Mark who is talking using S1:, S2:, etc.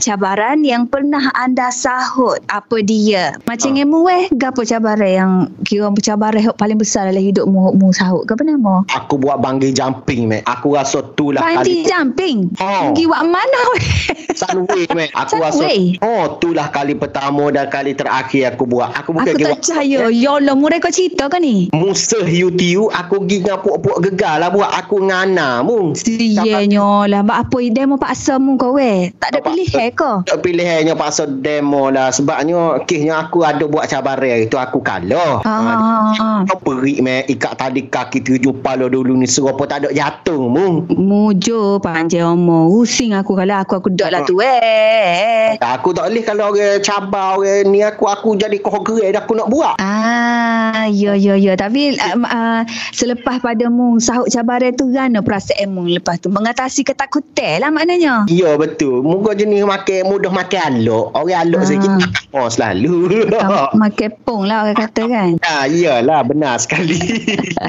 S1: cabaran yang pernah anda sahut apa dia? Macam
S2: Ah.
S1: ha. emu eh, gapo cabaran yang kira cabaran yang paling besar dalam hidup mu mu sahut ke pernah mu?
S2: Aku buat bungee jumping meh. Aku rasa tu lah
S1: Panti jumping.
S2: Ha.
S1: Pergi buat mana weh?
S2: Sunway meh. Aku rasa
S1: Sunway?
S2: oh tu lah kali pertama dan kali terakhir aku buat. Aku bukan
S1: Aku
S2: pergi
S1: tak
S2: buat-
S1: percaya. Ya Allah, murai kau cerita ke ni?
S2: Musa UTU aku pergi dengan puak-puak gegar lah buat aku ngana mung.
S1: Sianya lah. Bak apa demo paksa mu kau weh? Tak ada
S2: Nampak?
S1: pilihan ke?
S2: Tak pilihannya paksa demo lah sebabnya kisnya aku ada buat cabaran itu aku kalah.
S1: Ha ha ha, ha.
S2: Kau perik meh ikat tadi kaki tujuh pala dulu ni serapa tak ada jatuh mung.
S1: Mujo panjang umur. Rusing aku kalau aku aku dok lah tu eh.
S2: Aku tak boleh kalau orang cabar orang ni aku aku jadi kogere dah aku nak buat.
S1: Ah, ya ya ya. Tapi um, uh, selepas pada mung sahut cabaran tu gana perasaan mung lepas tu mengatasi ketakutan lah maknanya.
S2: Ya betul. Muka jenis makan mudah makan alok. Orang alok
S1: Ah.
S2: sikit oh selalu.
S1: Makan pong lah orang kata kan.
S2: Ah, iyalah benar sekali.